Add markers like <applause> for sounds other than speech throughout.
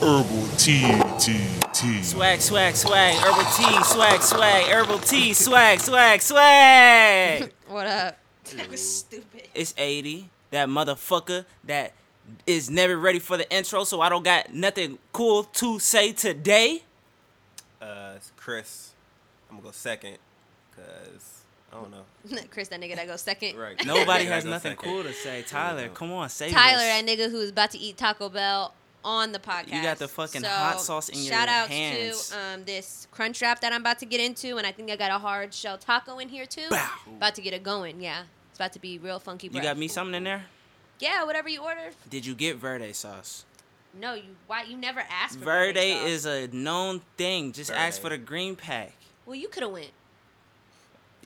herbal tea, tea, tea. Swag, swag, swag, herbal tea, swag, swag, herbal tea, swag, swag, swag. <laughs> What up? <laughs> That was stupid. It's 80, that motherfucker that is never ready for the intro, so I don't got nothing cool to say <laughs> today. Uh, it's Chris. I'm gonna go second, cause I don't know. Chris, that nigga that goes second. <laughs> Right. Nobody Yeah, has I go nothing second. <laughs> cool to say. Tyler, come on, say Tyler, that nigga who's about to eat Taco Bell on the podcast. You got the fucking hot sauce in your shout out hands. to um, this crunch wrap that I'm about to get into, and I think I got a hard shell taco in here too. Bow. About to get it going, yeah. It's about to be real funky. You Breath. got me something in there? Yeah, whatever you order. Did you get verde sauce? No, you why you never asked for Verde sauce. is a known thing. Just ask for Verde. the green pack. Well, you could have went.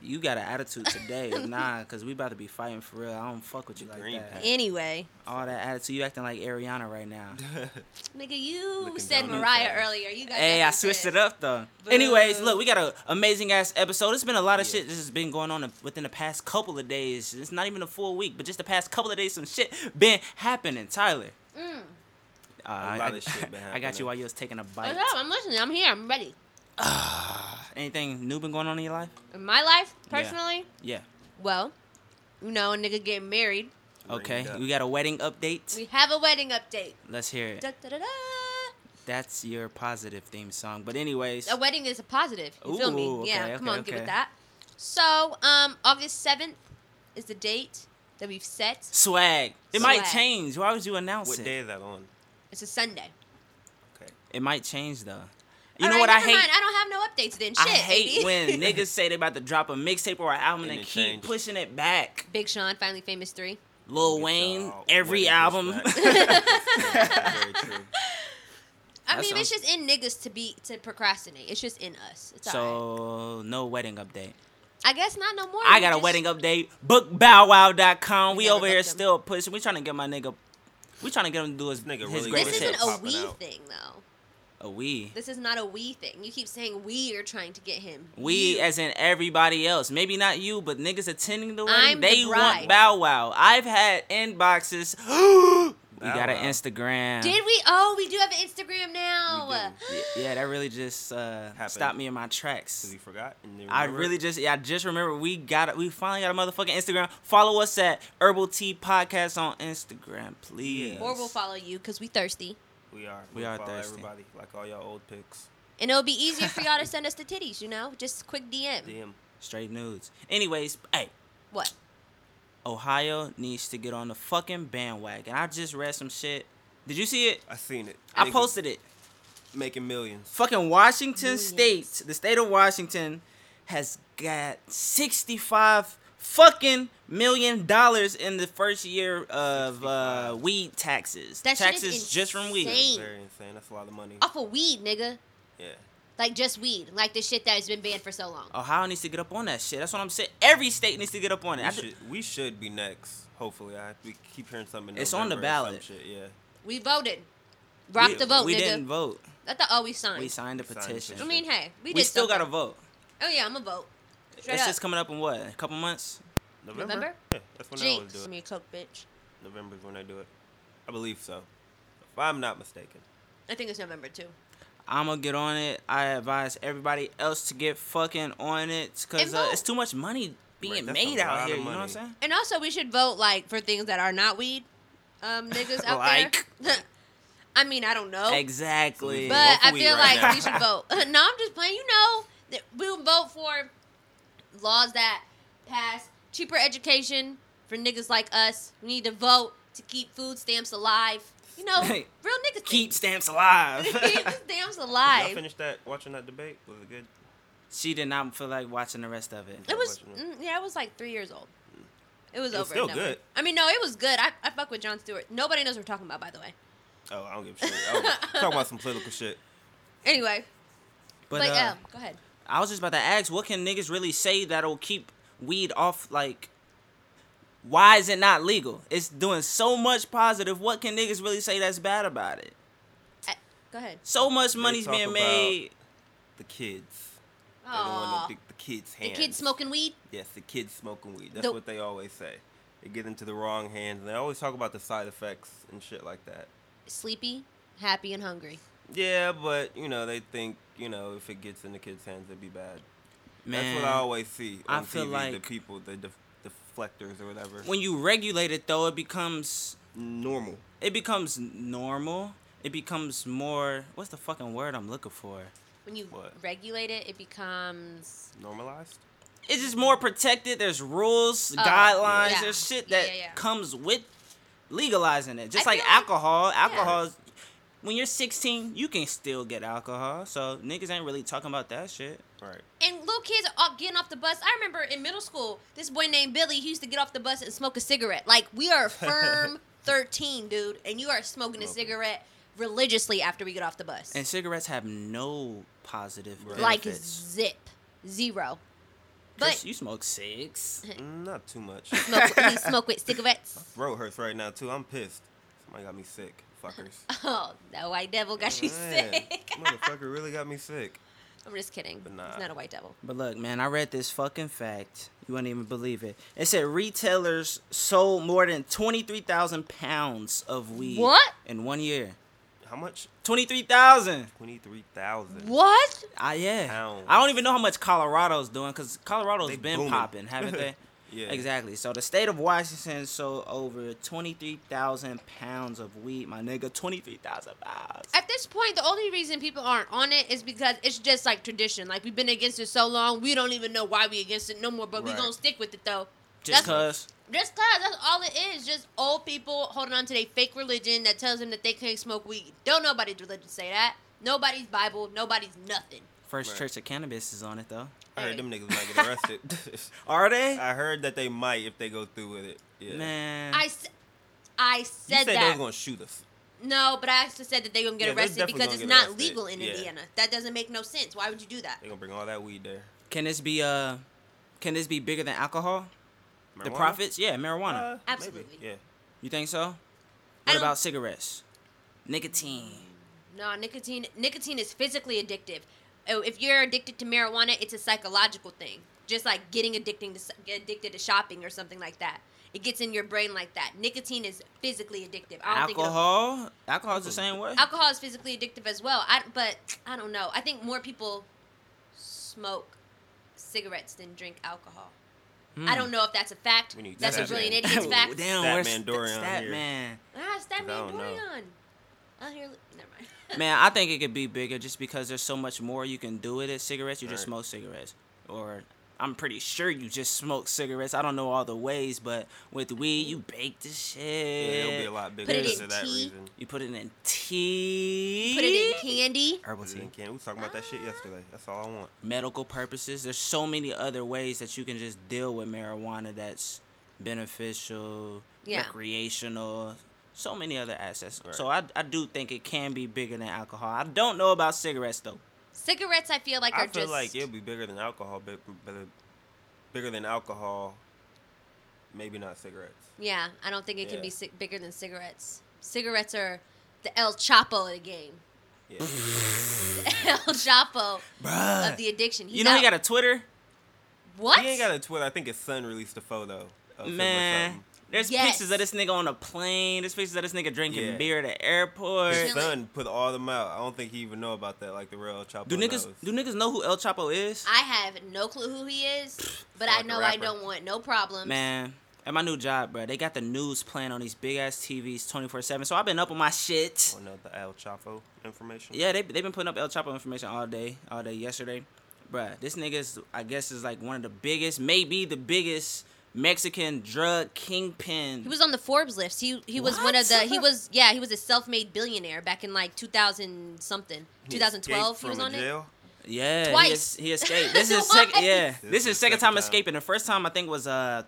You got an attitude today, <laughs> nah? Cause we about to be fighting for real. I don't fuck with you like Green that. pack. Anyway, All that attitude. You acting like Ariana right now. nigga, you Looking said down on Mariah fast. earlier. You got Hey, that I from switched Chris. it up though. Anyways, Boo. look, we got an amazing ass episode. It's been a lot of Yeah. shit that's been going on within the past couple of days. It's not even a full week, but just the past couple of days, some shit been happening. Tyler, Mm. uh, I- lot I, of shit been <laughs> I got you happening. while you was taking a bite. What's up? I'm listening. I'm here. I'm ready. Anything new been going on in your life? In my life, Yeah. personally, Yeah. well, you know, a nigga getting married. Okay, Ringed up. we got a wedding update. We have a wedding update. Let's hear it. Da, da, da, da. That's your positive theme song. But anyways, A wedding is a positive. You feel Ooh, me? Yeah, okay, come okay, on, get okay. with that. So, um, August 7th is the date that we've set. swag. It might Swag. change. Why would you announce What it? day is that on? It's a Sunday. Okay. It might change though. You All know right, what I never hate? Mind. I don't have no updates then. Shit. I hate baby. when <laughs> niggas say they about to drop a mixtape or an album And and, it keep change. pushing it back. Big Sean, finally famous three. Lil Get Wayne, y'all every wedding album. <laughs> <laughs> pushback. Very true. I That mean, it's sounds- just in niggas to be to procrastinate. It's just in us. It's all so right. no wedding update. I guess not no more. I We got a just- wedding update. Bookbowwow.com. We We never over here booked him. still pushing. We trying to get my nigga. We trying to get him to do his, Nigga his really great This Great shit. isn't a popping we out. thing though. A we. This is not a we thing. You keep saying we are trying to get him. We, You. as in everybody else, maybe not you, but niggas attending the wedding, I'm the they want bride. Bow Wow. I've had inboxes. <gasps> we got an Wow. Instagram. did we? Oh, we do have an Instagram now. Y- yeah, that really just uh, Happened. stopped me in my 'Cause tracks. you forgot. and you I remember really it. just yeah, I just remember we got we finally got a motherfucking Instagram. Follow us at Herbal Tea Podcast on Instagram, please. <gasps> Yeah. Or we'll follow you because we thirsty. We are. We We'll are follow thirsty. Everybody like all y'all old pics. And it'll be easier for y'all to send us the titties, you know? Just quick DM. DM. Straight nudes. Anyways, hey, What? Ohio needs to get on the fucking bandwagon. I just read some shit. Did you see it? I seen it. I Niggas posted it. Making millions. fucking Washington Millions. State, the state of Washington, has got sixty-five fucking million dollars in the first year of uh, 65. weed taxes. That shit is taxes just from weed. insane. That's Dang. very insane. That's a lot of money. Oh. Off of weed, nigga. Yeah. Like just weed. Like the shit that has been banned for so long. Ohio needs to get up on that shit. That's what I'm saying. Every state needs to get up on it. We I ju- should, we should be next. Hopefully, I we keep hearing something. in It's on the November or ballot. Some shit. Yeah. We voted. Rock we, the vote, We nigga. didn't vote. I thought, oh, we signed. We signed a We signed a petition. I petition. mean, hey, we, we did still got to something. vote. Oh, yeah, I'm going to vote. Straight It's up. just coming up in what? A couple months? November. November? Yeah, that's when Jinx. they Give always do me a coke, bitch. it. November's when they do it. I believe so. If I'm not mistaken. I think it's November, too. I'm gonna get on it. I advise everybody else to get fucking on it because And uh, vote. it's too much money being Right, that's a made out lot here. of You know what I'm money. saying? And also, we should vote, like, for things that are not weed. <laughs> Um, niggas out Like? there. <laughs> I mean, I don't Oh. know. Exactly. Vote But for I weed feel right like now. we <laughs> should vote. <laughs> no, I'm just playing. You know, that we will vote for laws that pass cheaper education for niggas like us. We need to vote to keep food stamps alive. You know, real niggas keep think- stamps alive. <laughs> keep <laughs> the stamps Did <laughs> y'all alive. finish that? Watching that debate was it good? she did not feel like watching the rest of it. It was Watching mm, yeah, it was like three years old. It was It over. was still never. good. I mean, no, it was good. I, I fuck with John Stewart. Nobody knows what we're talking about, by the way. Oh, I don't give a shit. I was talking about some political shit. Anyway, But, but, uh, yeah, go ahead. I was just about to ask, what can niggas really say that'll keep weed off? Like, why is it not legal? It's doing so much positive. What can niggas really say that's bad about it? I- Uh, go ahead. So much money's talk being about- made. The kids. They don't Aw, want to pick the kids' the hands. kids smoking weed. Yes, the kids smoking weed. That's The- what they always say. It gets into the wrong hands, and they always talk about the side effects and shit like that. sleepy, happy and hungry. Yeah, but you know they think you know if it gets in the kids' hands, it'd be bad. Man, That's what I always see I on feel TV. the like- people, the def- deflectors or whatever. when you regulate it though, it becomes Normal. it becomes normal. It becomes more. What's the fucking word I'm looking for? When you What? regulate it, it becomes Normalized? It's just more protected. There's rules, Oh, guidelines. yeah. There's shit Yeah, that yeah, yeah. comes with legalizing it. Just I like feel like- alcohol. Alcohol. is- When you're 16, you can still get alcohol. So niggas ain't really talking about that shit. Right. and little kids are all getting off the bus. I remember in middle school, this boy named Billy, he used to get off the bus and smoke a cigarette. Like we <laughs> are a firm 13, dude, and you are smoking a Smoking. cigarette religiously after we get off the bus. And cigates have no positive Right. like benefits. zip, zero. Chris, But you smoke six. Mm, Not <laughs> too much. smoke, <laughs> he smoke with cigarettes. <laughs> Throat hurts right now too. I'm pissed. Somebody got me sick. <laughs> Fuckers. Oh, that white devil got you Man, sick. <laughs> Motherfucker really got me sick. I'm just kidding. But nah. He's not a white devil. But look, man, I read this fucking fact. You wouldn't even believe it. It said retailers sold more than 23,000 pounds of weed. What? In one year. How much? 23,000. Twenty three thousand. What? Ah, yeah. Pounds. I don't even know how much Colorado's doing because Colorado's They been booming. popping, haven't they? <laughs> Yeah. Exactly. So the state of Washington sold over 23,000 pounds of weed, my nigga. 23,000 pounds. At this point, the only reason people aren't on it is because it's just like tradition. Like we've been against it so long, we don't even know why we against it no more. But we Right. gonna stick with it though. Just That's- because. Just cause that's all it is. Just old people holding on to their fake religion that tells them that they can't smoke weed. Don't nobody's religion say that. Nobody's Bible. Nobody's nothing. First Right. Church of Cannabis is on it, though. I heard them niggas <laughs> might get arrested. <laughs> Are they? I heard that they might if they go through with it. Ah, Yeah. Man. I, s- I you said, said they that. was gonna shoot us. No, but I actually said that they're gonna get Yeah, they're arrested definitely because it's gonna get not arrested. legal in Yeah. Indiana. That doesn't make no sense. Why would you do that? They gonna bring all that weed there. Can this be uh can this be bigger than alcohol? The Marijuana? profits? Yeah, marijuana. Uh, maybe. Absolutely. Yeah. you think so? I What don't- about cigarettes? Nicotine. No, nicotine nicotine is physically addictive. Oh, If you're addicted to marijuana, it's a psychological thing. Just like getting addicting to get addicted to shopping or something like that. It gets in your brain like that. Nicotine is physically addictive. I don't Alcohol? Alcohol's the same way? Think it'll- alcohol is physically addictive as well. I but I don't know. I think more people smoke cigarettes than drink alcohol. Hmm. I don't know if that's a fact. Hmm. We need That's a that brilliant man. idiot's <laughs> fact. Damn, Stat where's man St- Dorian Stat here. man? Ah, Stat I Man don't know. Dorian. I hear. Never mind. <laughs> Man, I think it could be bigger just because there's so much more you can do with it. Cigarettes, you just Right. smoke cigarettes. Or I'm pretty sure you just smoke cigarettes. I don't know all the ways, but with weed, you bake the Yeah, shit. it'll be a lot bigger it because in of that tea. reason. You put it in tea. Put it in candy. Herbal Put it tea. in can. We was talking about that shit yesterday. That's all I want. medical purposes. There's so many other ways that you can just deal with marijuana that's beneficial, Yeah. recreational, so many other assets. Right. So I, I do think it can be bigger than alcohol. I don't know about cigarettes though. Cigarettes, I feel like are I feel just. like it'll be bigger than alcohol, but better, bigger than alcohol. Maybe not cigarettes. yeah, I don't think it can be Yeah. ci- bigger than cigarettes. Cigarettes are the El Chapo of the game. <laughs> Yeah. El Chapo of <laughs> Bruh. the addiction. He's You know out. he got a Twitter? what? He ain't got a Twitter. I think his son released a photo. Of him or Man. something. There's Yes. pictures of this nigga on a plane. There's pictures of this nigga drinking Yeah. beer at the airport. His Really? son put all them out. I don't think he even know about that. Like the real Chapo. Do niggas knows. do niggas know who El Chapo is? I have no clue who he is, but I like a know I rapper. don't want no problems. Man, at my new job, bruh, they got the news playing on these big ass TVs 24 7. So I've been up on my shit. Oh, no, the El Chapo information. Yeah, they they've been putting up El Chapo information all day, all day yesterday. Bruh, this nigga's I guess is like one of the biggest, maybe the biggest Mexican drug kingpin. He was on the Forbes list. He he was one of the What? he was yeah he was a self made billionaire back in like 2000 something He 2012 escaped he was from a on it. jail. yeah, he twice. es- He, <laughs> escaped. This is second. Twice. Yeah, This this is is second second time, time. escaping. The first time I think was uh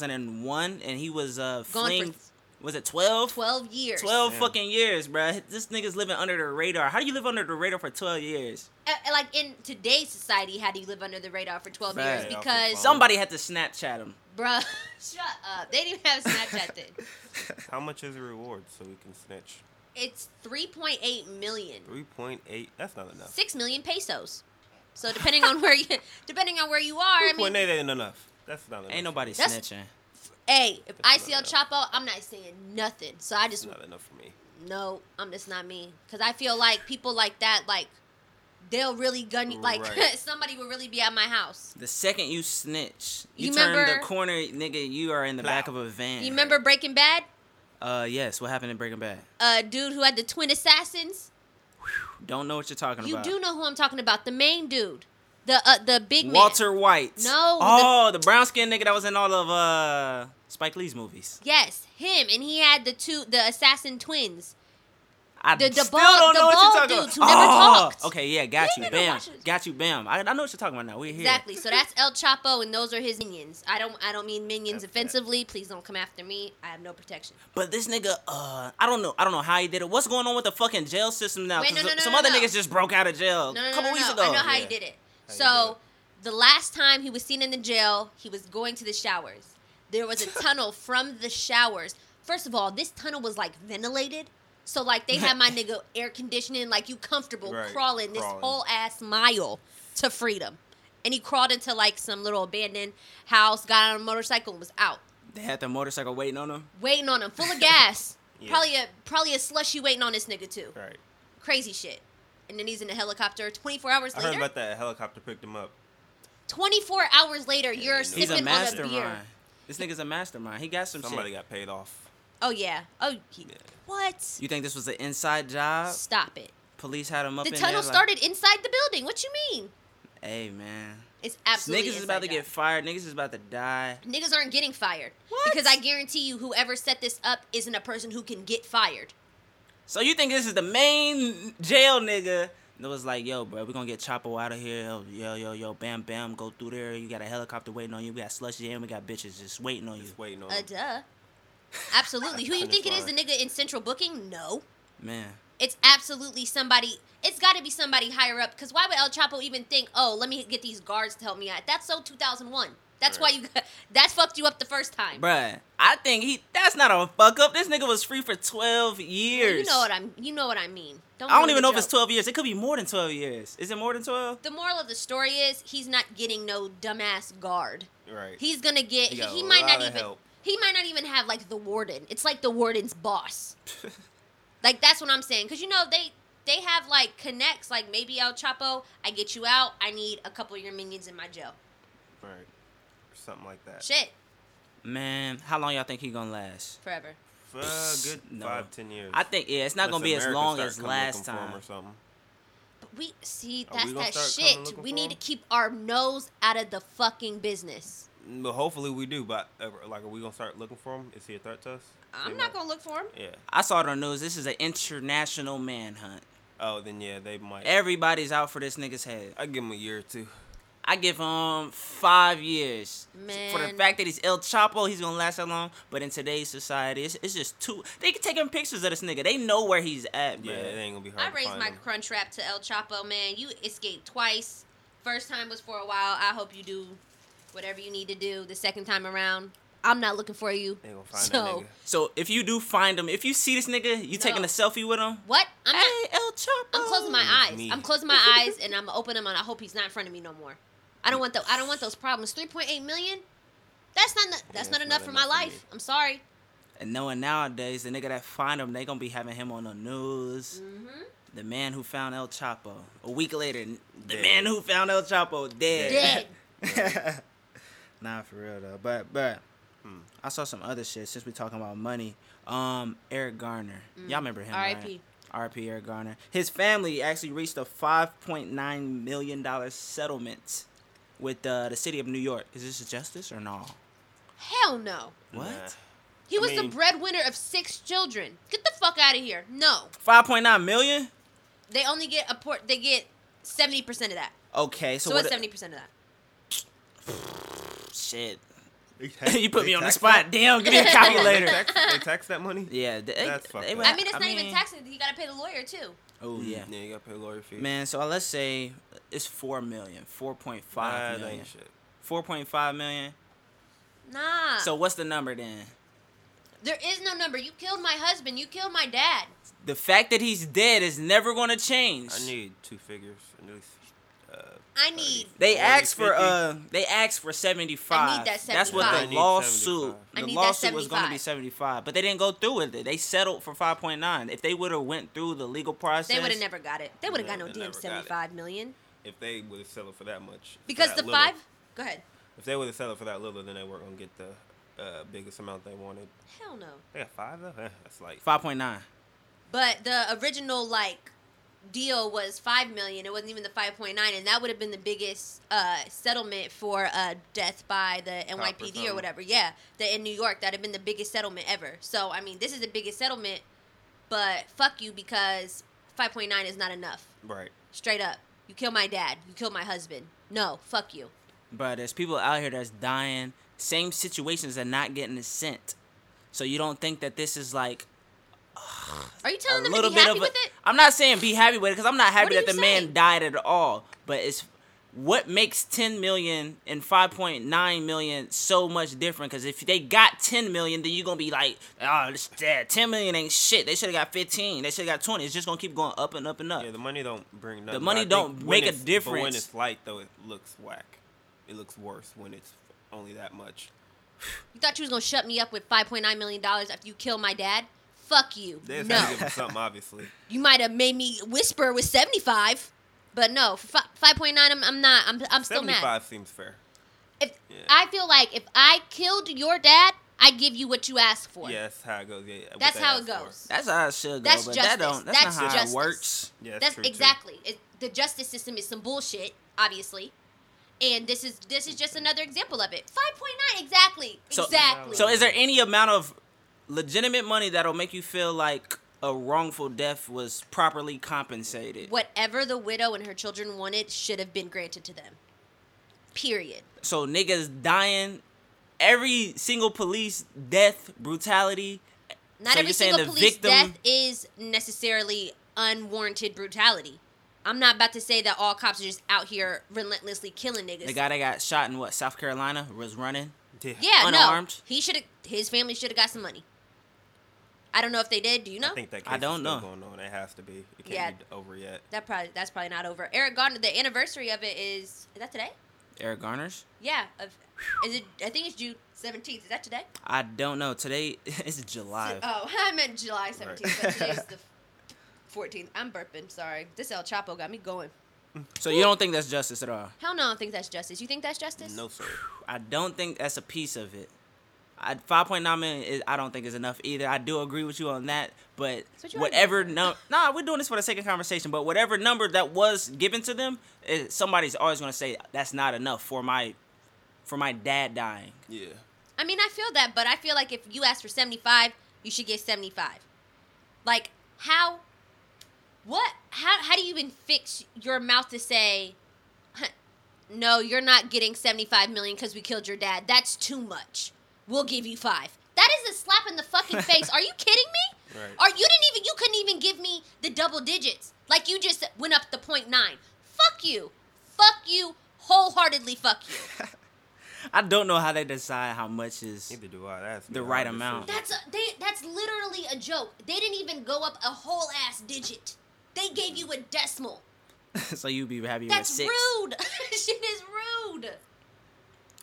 2001, and he was uh Gone for fleeing. Was it 12? 12 years. 12 Damn. fucking years, bruh. This nigga's living under the radar. How do you live under the radar for 12 years? Uh, like in today's society, how do you live under the radar for 12 Right. years? Yeah, off the Because, phone. Somebody had to Snapchat him. bruh, <laughs> shut up. They didn't even have Snapchat then. How much is the reward so we can snitch? It's 3.8 million, Three point eight. That's not enough. 6 million pesos. So depending on where you, <laughs> depending on where you are, I Three point mean, eight ain't enough. That's not enough. Ain't nobody That's- snitching. hey, if I see El That's not Chapo, I'm not saying nothing. So I That's just, not enough for me. no, I'm just not me. Because I feel like people like that, like, they'll really gun you. Like, <laughs> Right. somebody would really be at my house. The second you snitch, you, You turn remember- the corner, nigga. You are in the Plow. back of a van. You remember Breaking Bad? Uh, yes. What happened in Breaking Bad? Uh, dude who had the twin assassins? Don't know what you're talking You about. do know who I'm talking about. The main dude. The uh, the big man. Walter White. No, Oh, the, brown skinned nigga that was in all of uh Spike Lee's movies. Yes, him. And he had the two, the assassin twins. I The- the still bald- don't the know what bald you're talking dudes who about. never Oh, talked. Okay, yeah, got You you, ain't been bam, watching- got you, bam. I, I know what you're talking about now. We're here. Exactly. So that's El Chapo, and those are his minions. I don't. I don't mean minions offensively. Please don't come after me. I have no protection. But this nigga, uh, I don't know, I don't know how he did it. What's going on with the fucking jail system now? Wait, 'Cause no, no, no, some no, other no. niggas just broke out of jail No, no, a no, couple no, weeks no. ago. I know how he Yeah. did it. How you so the last time he was seen in the jail, he was going to the showers. There was a tunnel from the showers. First of all, this tunnel was like ventilated. So like they had my nigga air conditioning, like you comfortable Right, crawling this crawling. whole ass mile to freedom. And he crawled into like some little abandoned house, got on a motorcycle and was out. They had the motorcycle waiting on him. Waiting on him, full of <laughs> gas. Yeah. Probably a probably a slushy waiting on this nigga too. Right. Crazy shit. And then he's in a helicopter twenty four hours I later. heard about that helicopter picked him up. 24 hours later, you're he's a He's sipping a on a beer. mastermind. This nigga's a mastermind. He got some Somebody shit. got paid off. Oh, yeah. Oh, he, what? You think this was an inside job? Stop it. Police had him up The in tunnel there, like, started inside the building. What you mean? Hey man. It's Niggas absolutely is about to inside get fired. Niggas is about to die. job. Niggas aren't getting fired. Because I guarantee you, whoever set this up isn't a person who can get fired. So you think this is the main jail nigga that was like, yo, bro, we gonna get Chapo out of here. Yo, yo, yo, yo, bam, bam, go through there. You got a helicopter waiting on you. We got slushy and we got bitches just waiting on you. Just waiting on Uh, him. duh. <laughs> Absolutely. Who you Finish think it is? The line. nigga in central booking? No. Man. It's absolutely somebody. It's got to be somebody higher up. Because why would El Chapo even think, oh, let me get these guards to help me out? That's so 2001. That's why you. <laughs> That's fucked you up the first time. Bruh, I think he that's not a fuck up. This nigga was free for twelve Well, years. You know what I'm. You know what I mean. Don't I don't ruin even the know if it's joke. twelve years. It could be more than twelve years. Is it more than twelve? The moral of the story is he's not getting no dumbass guard. Right. He's gonna get. He He, got a might lot not of even. help. He might not even have like the warden. It's like the warden's boss. like that's what I'm saying. Cause you know they they have like connects. Like maybe El Chapo, I get you out. I need a couple of your minions in my jail. Right. Or something like that. Shit, Man, how long y'all think he gonna last? forever. For a good No. five, ten years. I think yeah, it's not Unless gonna be as America long start as coming last looking for 'em time. Or something. But we see Are that's we gonna that start coming shit. looking We for need 'em? to keep our nose out of the fucking business. But hopefully we do. But uh, like, are we gonna start looking for him? Is he a threat to us? I'm They not might- gonna look for him. Yeah. I saw it on the news. This is an international manhunt. Oh, then yeah, they might. Everybody's out for this nigga's head. I give him a year or two. I give him five years for the Man. fact that he's El Chapo. He's gonna last that long. But in today's society, it's, it's just too. They can taking pictures of this nigga. They know where he's at, bro. Yeah, it ain't gonna be hard. I to raised find my him. crunch rap to El Chapo, man. You escaped twice. First time was for a while. I hope you do whatever you need to do the second time around. I'm not looking for you. They gonna find that so, <laughs> nigga. So if you do find him, if you see this nigga, you taking a No. selfie with him. what? I'm not. Hey, El Chapo. I'm closing my It's eyes. me. I'm closing my eyes and I'm gonna open them and I hope he's not in front of me no more. I don't want the I don't want those problems. 3.8 million. That's not that's it's not not enough for my enough for life. me. I'm sorry. And knowing nowadays, the nigga that find him, they gonna be having him on the news. Mm-hmm. The man who found El Chapo. A week later, the Dead. man who found El Chapo dead. Dead. <laughs> Nah, for real though. But but I saw some other shit since we talking about money. Um, Eric Garner. Mm. Y'all remember him? R.I.P.. right? R.I.P. Eric Garner. His family actually reached a five point nine million dollar settlement with uh, the city of New York. Is this justice or no? <laughs> Hell no. What? Nah. He was mean- the breadwinner of six children. Get the fuck out of here. No. Five point nine million? They only get a port. They get seventy percent of that. Okay, so, So, what? what's seventy percent of that? Shit. <laughs> They you put tax- me on the they tax spot. Damn, give me a calculator. <laughs> They tax, they tax that money. <laughs> yeah, they, That's they fucked would- up. I mean, it's not even taxes. You gotta pay the lawyer too. Oh Mm, yeah. Yeah, you gotta pay lawyer fees. Man, so let's say it's four million, four point five Nah, that million, ain't shit. four point five million. Nah. So what's the number then? there is no number. You killed my husband. You killed my dad. The fact that he's dead is never gonna change. I need two figures at least. Uh, I need. They 40, asked for 50. uh they asked for 75. I need that That's Yeah, I what the need lawsuit 75. I the need that lawsuit was going to be 75. 75, but they didn't go through with it. They settled for 5.9. If they would have went through the legal process, They would have never got it. They would have got No, no damn they never got it. seventy-five million If they would have settled for that much, for because that the little- five. Go ahead. If they would have settled for that little, then they weren't gonna get the uh, biggest amount they wanted. Hell no. They got five though. Eh, That's like 5.9. But the original like deal was five million. It wasn't even the five point nine, and that would have been the biggest uh, settlement for uh, death by the NYPD or something. whatever. Yeah, that in New York, that'd have been the biggest settlement ever. So I mean, this is the biggest settlement, but fuck you because five point nine is not enough. right. Straight up, you killed my dad. You killed my husband. No, fuck you. But there's people out here that's dying, same situations and not getting a cent. So you don't think that this is like Are you a telling them to little be bit happy of a, with it? I'm not saying be happy with it because I'm not happy What that are the you man saying? died at all. But it's what makes 10 million and 5.9 million so much different. Because if they got 10 million, then you're gonna be like, oh, this, that 10 million ain't shit. They should have got 15. They should have got 20. It's just gonna keep going up and up and up. Yeah, the money don't bring nothing. but money I think don't when make a it's- But when difference. it's light though, it looks whack. It looks worse when it's only that much. You thought you was gonna shut me up with five point nine million dollars after you killed my dad? Fuck you. They just no. have to give them something, obviously. you might have made me whisper with 75 but no for fi- 5.9 I'm, I'm not i'm, I'm <laughs> still mad Seventy-five seems fair. if Yeah. i feel like if i killed your dad i give you what you ask for Yeah, that's how it goes. Yeah, yeah, what that's they how ask it for. goes That's how it should go. That's but justice. that don't. That's, That's not how justice. it works. Yeah, that's, true, too. exactly it, the justice system is some bullshit obviously and this is this is just another example of it 5.9 exactly So- exactly So is there any amount of legitimate money that'll make you feel like a wrongful death was properly compensated? whatever the widow and her children wanted should have been granted to them period So niggas dying, every single police death brutality. Not So every you're saying single the police victim- death is necessarily unwarranted brutality. I'm not about to say that all cops are just out here relentlessly killing niggas. The guy that got shot in what South Carolina was running. Yeah. yeah, unarmed. no, he should have. His family should have got some money. I don't know if they did. Do you know? I think that case I don't is still know. going on. It has to be. It can't Yeah. be over yet. that probably that's probably not over. Eric Garner. The anniversary of it is is that today? Eric Garner's. Yeah. Of, is it? I think it's June 17th. Is that today? I don't know. Today <laughs> is July. Oh, <laughs> I meant July 17th. But Right. <laughs> today's the 14th. I'm burping. Sorry. This El Chapo got me going. So you don't think that's justice at all? Hell no, I don't think that's justice. You think that's justice? No sir. I don't think that's a piece of it. I, 5.9 million is, I don't think is enough either. I do agree with you on that, but That's what you already whatever said. no nah, we're doing this for the sake of conversation, but whatever number that was given to them, eh, somebody's always going to say that's not enough for my for my dad dying. Yeah. I mean, I feel that, but I feel like if you ask for 75, you should get 75. Like, how, what, how, how do you even fix your mouth to say, "Huh, no, you're not getting 75 million because we killed your dad? That's too much. We'll give you five. That is a slap in the fucking face. Are you kidding me? Right. Or you didn't even, you couldn't even give me the double digits. Like, you just went up the point nine. Fuck you. Fuck you. Wholeheartedly fuck you. I don't know how they decide how much is Neither do I. That's The right amount. That's a, they. That's literally a joke. They didn't even go up a whole ass digit. They gave you a decimal. <laughs> so you'd be happy That's with 6. rude. <laughs> Shit is rude.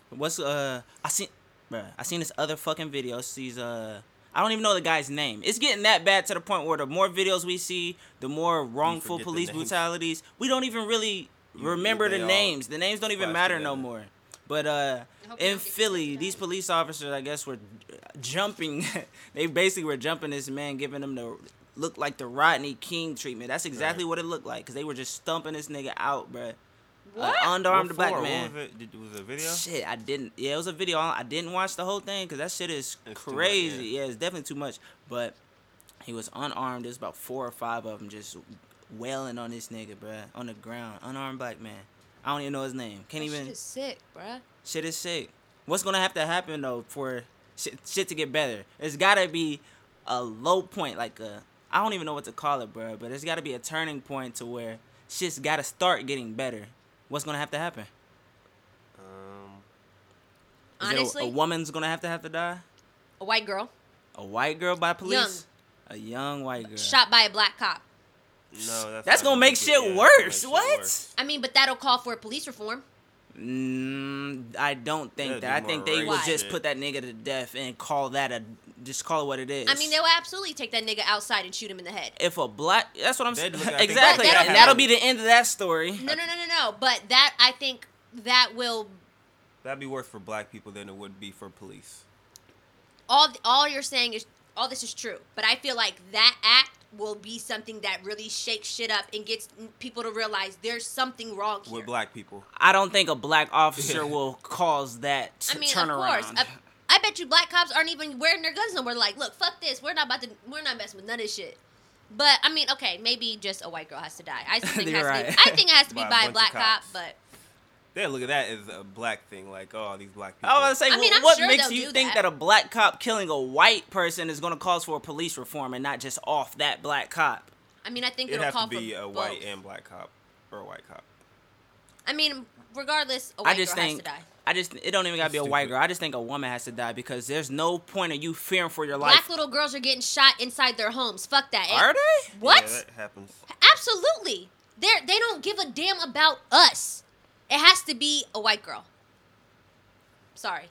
What's uh? I seen, bruh, I seen this other fucking video. It's These uh, I don't even know the guy's name. It's getting that bad to the point where the more videos we see, the more wrongful forget the police names. brutalities. We don't even really remember they the all names. The names don't even splash matter no together. more. But uh, I hope you in don't get Philly, yourself these done. police officers, I guess, were jumping. <laughs> they basically were jumping this man, giving him the look like the Rodney King treatment. That's exactly what it looked like, cause they were just stumping this nigga out, bruh. What? unarmed What black for? man. What was it? Did, was it a video? Shit, I didn't. Yeah, it was a video. I didn't watch the whole thing because that shit is It's too much, crazy. yeah. yeah. it's definitely too much. But he was unarmed. There's about four or five of them just wailing on this nigga, bruh, on the ground. Unarmed black man. I don't even know his name. Can't even. sick, bruh. Shit is sick. What's gonna have to happen though for shit, shit to get better? It's gotta be a low point, like a I don't even know what to call it, bruh. But it's gotta be a turning point to where shit's gotta start getting better. What's gonna have to happen? Um, Is it a- Honestly, a, a, woman's gonna have to have to die. white girl A white girl by police. A young white girl. shot by a black cop. No, that's That's not gonna make good. shit Yeah, that's gonna make worse. shit What? worse. I mean, but that'll call for police reform. Mm, I don't think That'd that. I be think more they would racist. just put that nigga to death and call that a just call it what it is. I mean, they'll absolutely take that nigga outside and shoot him in the head. if a black, that's what I'm saying. They'd <laughs> look at- exactly, But that'll, that'll- be the end of that story. No, no, no, no, no. But that I think that will That'd be worse for black people than it would be for police. all all you're saying is all this is true. But I feel like that act will be something that really shakes shit up and gets people to realize there's something wrong here. With black people. I don't think a black officer will cause that I mean, turnaround. of course. I, I bet you black cops aren't even wearing their guns no more. Like, look, fuck this. We're not about to. We're not messing with none of this shit. But I mean, okay, maybe just a white girl has to die. <laughs> I still think it has You're to. Be, right. I think it has to be By a by a bunch black of cop. cops. But They look at that as a black thing, like, oh, these black people. I was gonna say, I mean, wh- I'm what sure makes they'll you do think that. that. a black cop killing a white person is gonna cause for a police reform and not just off that black cop? I mean, I think It'd it'll have call to be for a both. white and black cop or a white cop. I mean, regardless, a I white just girl think. has to die. I just it don't even gotta be a white Stupid. girl. I just think a woman has to die because there's no point of you fearing for your life. Black little girls are getting shot inside their homes. Fuck that. Are they? What? Yeah, that happens. Absolutely. They they don't give a damn about us. It has to be a white girl. <laughs> Sorry.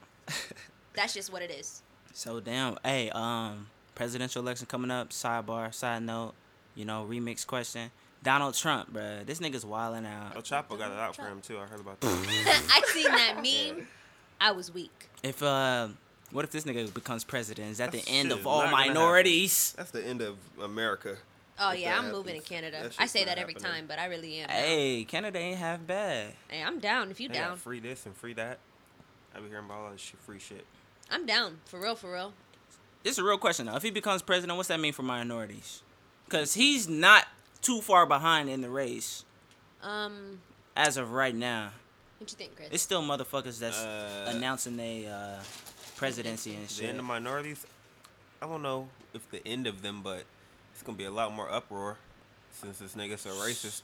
That's just what it is. <laughs> So damn. Hey, um, presidential election coming up. Sidebar, side note. You know, remix question. Donald Trump, bruh. This nigga's wilding El out. Chapo got it out for him, too. I heard about that. <laughs> I seen that <laughs> meme. I was weak. If uh, what if this nigga becomes president? Is that That the end shit of is all not gonna happen. minorities? That's the end of America. Oh if yeah, that I'm moving to happens. Canada. That I shit's say not that every happening. time, but I really am. Hey, Hey, Canada ain't half bad. I'm down. If you They got down, free this and free that. I be hearing about all this shit, free shit. I'm down for real, for real. This is a real question though. If he becomes president, what's that mean for minorities? Cause he's not too far behind in the race Um, as of right now. what you think, Chris? It's still motherfuckers that's Uh, announcing they uh, presidency and The shit. end of minorities, I don't know if the end of them, but it's gonna be a lot more uproar since this nigga so racist.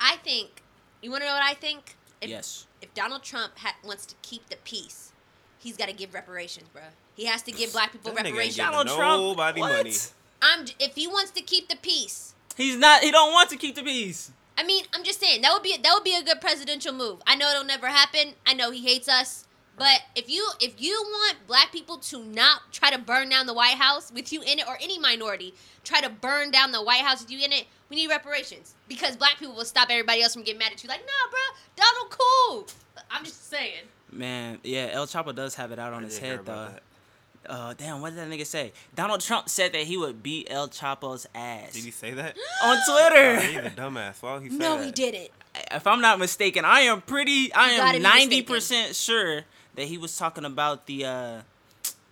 I think you want to know what I think. If, Yes. If Donald Trump ha- wants to keep the peace, he's got to give reparations, bruh. He has to give black people That nigga ain't reparations. giving Donald Trump. Nobody what? money. I'm j- if he wants to keep the peace. He's not. He don't want to keep the peace. I mean, I'm just saying that would be that would be a good presidential move. I know it'll never happen. I know he hates us, but if you if you want black people to not try to burn down the White House with you in it or any minority try to burn down the White House with you in it, we need reparations because black people will stop everybody else from getting mad at you. Like, nah, bro, Donald cool. I'm just saying. Man, yeah, El Chapo does have it out on <laughs> I his did hear head though. about that. Uh, damn, what did that nigga say? Donald Trump said that he would beat El Chapo's Did he ass <gasps> say that? on <laughs> Oh, he's Twitter. a dumbass. Why would he say No, that? he didn't. if I'm not mistaken, I am pretty. I gotta am be ninety mistaken. percent sure that he was talking about the. uh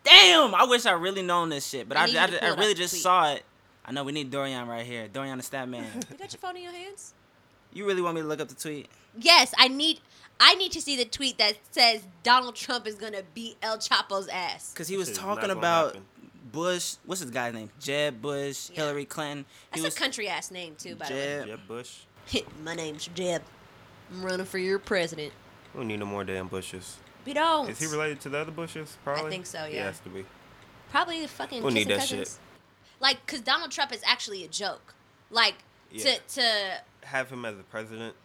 Damn, I wish I really known this shit, but I I need I, you to I pull it really up, just please. saw it. I know we need Dorian right here. Dorian the stat man. <laughs> You got your phone in your hands? you really want me to look up the tweet? Yes, I need I need to see the tweet that says Donald Trump is gonna beat El Chapo's ass. Because he was This is not talking gonna about happen. Bush. What's his guy's name? Jeb Bush, Yeah. Hillary Clinton. He That's was a country ass name too, by Jeb. Jeb Bush. the way. My name's Jeb. I'm running for your president. We don't need no more damn Bushes. We don't. Is he related to the other Bushes? Probably. think so, He yeah. has to be. Probably the fucking We'll need kissing that shit. cousins. Like, cause Donald Trump is actually a joke. Like, Yeah. to to Have him as the president.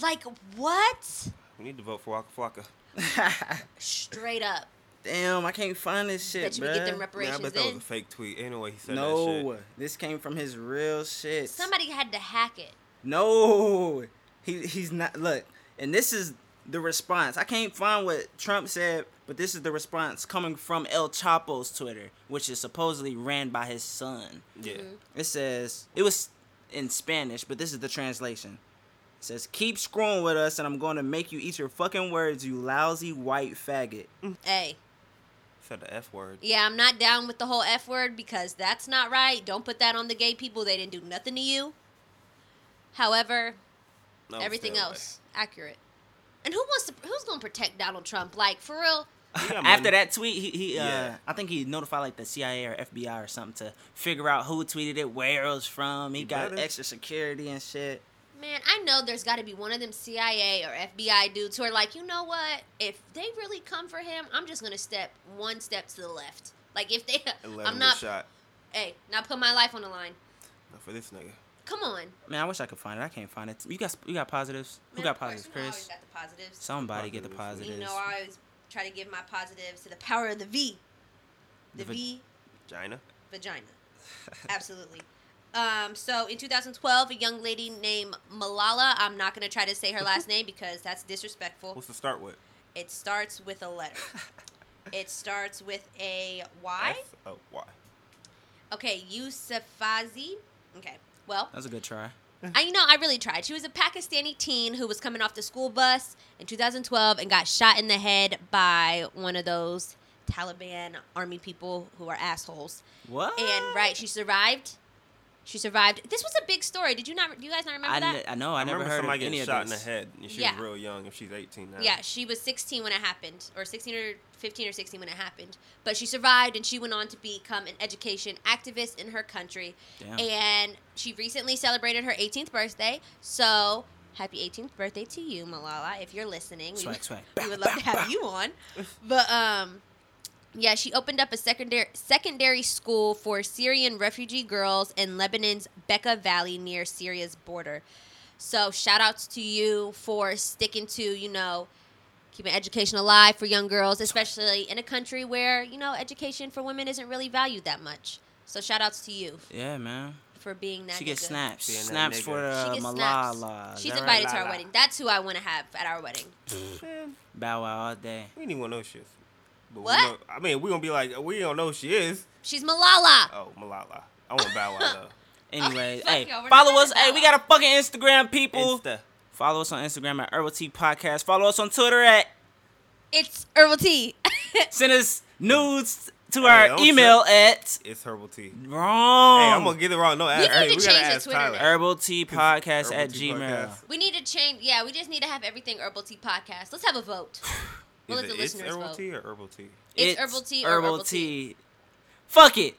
like what? We need to vote for Waka Flocka. Straight up. Damn, I can't find this shit, Bet you we get them bruh. Man, I reparations bet that was then. a fake tweet. Ain't no way he said that No, shit. this came from his real shit. Somebody had to hack it. No, he he's not. Look, and this is the response. I can't find what Trump said, but this is the response coming from El Chapo's Twitter, which is supposedly ran by his son. Yeah. Mm-hmm. It says it was in Spanish, but this is the translation. It says, "Keep screwing with us, and I'm going to make you eat your fucking words, you lousy white faggot." Hey. Said the F word. Yeah, I'm not down with the whole F word because that's not right. Don't put that on the gay people. They didn't do nothing to you. However, That was everything terrible. else accurate. And who wants to who's going to protect Donald Trump? Like for real? He got <laughs> money. After that tweet, he, he uh, Yeah. I think he notified like the CIA or FBI or something to figure out who tweeted it, where it was from. He You got better. extra security and shit. Man, I know there's got to be one of them CIA or FBI dudes who are like, "You know what? If they really come for him, I'm just going to step one step to the left." Like if they And let him <laughs> I'm get not shot. hey, not put my life on the line. Not for this nigga. Come on. Man, Man, I wish I could find it. I can't find it. You got you got positives. Who of got course, positives? you know I always Chris. got the positives. Somebody get the Positives. positives. You know, I always try to give my positives to the power of the V. The, The va- V Gina. vagina. Absolutely. Um, so in 2012, a young lady named Malala, I'm not going to try to say <laughs> her last name because that's disrespectful. What's to start with? It starts with a letter. It starts with a Y. F- Oh, why? Okay, Yousafzai. Okay. Well, That was a good try. I you know I really tried. She was a Pakistani teen who was coming off the school bus in 2012 and got shot in the head by one of those Taliban army people who are assholes. What? And right, she survived. She survived. This was a big story. Did you not? Do you guys not remember I, that? kn- I know. I, never remember heard of somebody any getting of shot this. in the head. And she Yeah. was real young. If she's 18 now. Yeah, she was 16 when it happened, or 16 or 15 or 16 when it happened. But she survived, and she went on to become an education activist in her country. Damn. And she recently celebrated her 18th birthday. So happy 18th birthday to you, Malala, if you're listening. We Swag, would- swag. We would love to have you on. But um, yeah, she opened up a secondary secondary school for Syrian refugee girls in Lebanon's Becca Valley near Syria's border. So shout outs to you for sticking to, you know, keeping education alive for young girls, especially in a country where, you know, education for women isn't really valued that much. So shout outs to you Yeah, man. for being that She gets nigga. snaps. Being that Snaps nigga. for uh, She gets snaps. Malala. She's Zara invited to our Lala. wedding. That's who I want to have at our wedding. Man, Bow Wow all day. we need one of those shits. But we What? know- I mean, we gonna be like, we don't know who she is. She's Malala. Oh, Malala. I want Bow <laughs> Wow Anyway, <laughs> fuck hey, y'all, we're follow not us. gonna Hey, bow we out. got a fucking Instagram, people. though. Insta. Follow us on Instagram at Herbal Tea Podcast. Follow us on Twitter at It's herbal tea. <laughs> send us nudes to Hey, our don't email at It's herbal tea. wrong. Hey, I'm gonna get it wrong. No, need ask, hey, to we change gotta the ask Twitter <laughs> Tyler. name. Herbal Tea Podcast Herbal at Tea Gmail. Podcast. we need to change. Yeah, we just need to have everything herbal tea podcast. Let's have a vote. We'll Is let the it it's listeners herbal vote. tea or herbal tea? It's herbal tea or herbal tea. tea. Fuck it.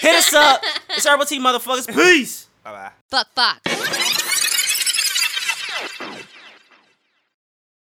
Hit us up. <laughs> It's herbal tea, motherfuckers. Peace. Bye bye. Fuck, fuck.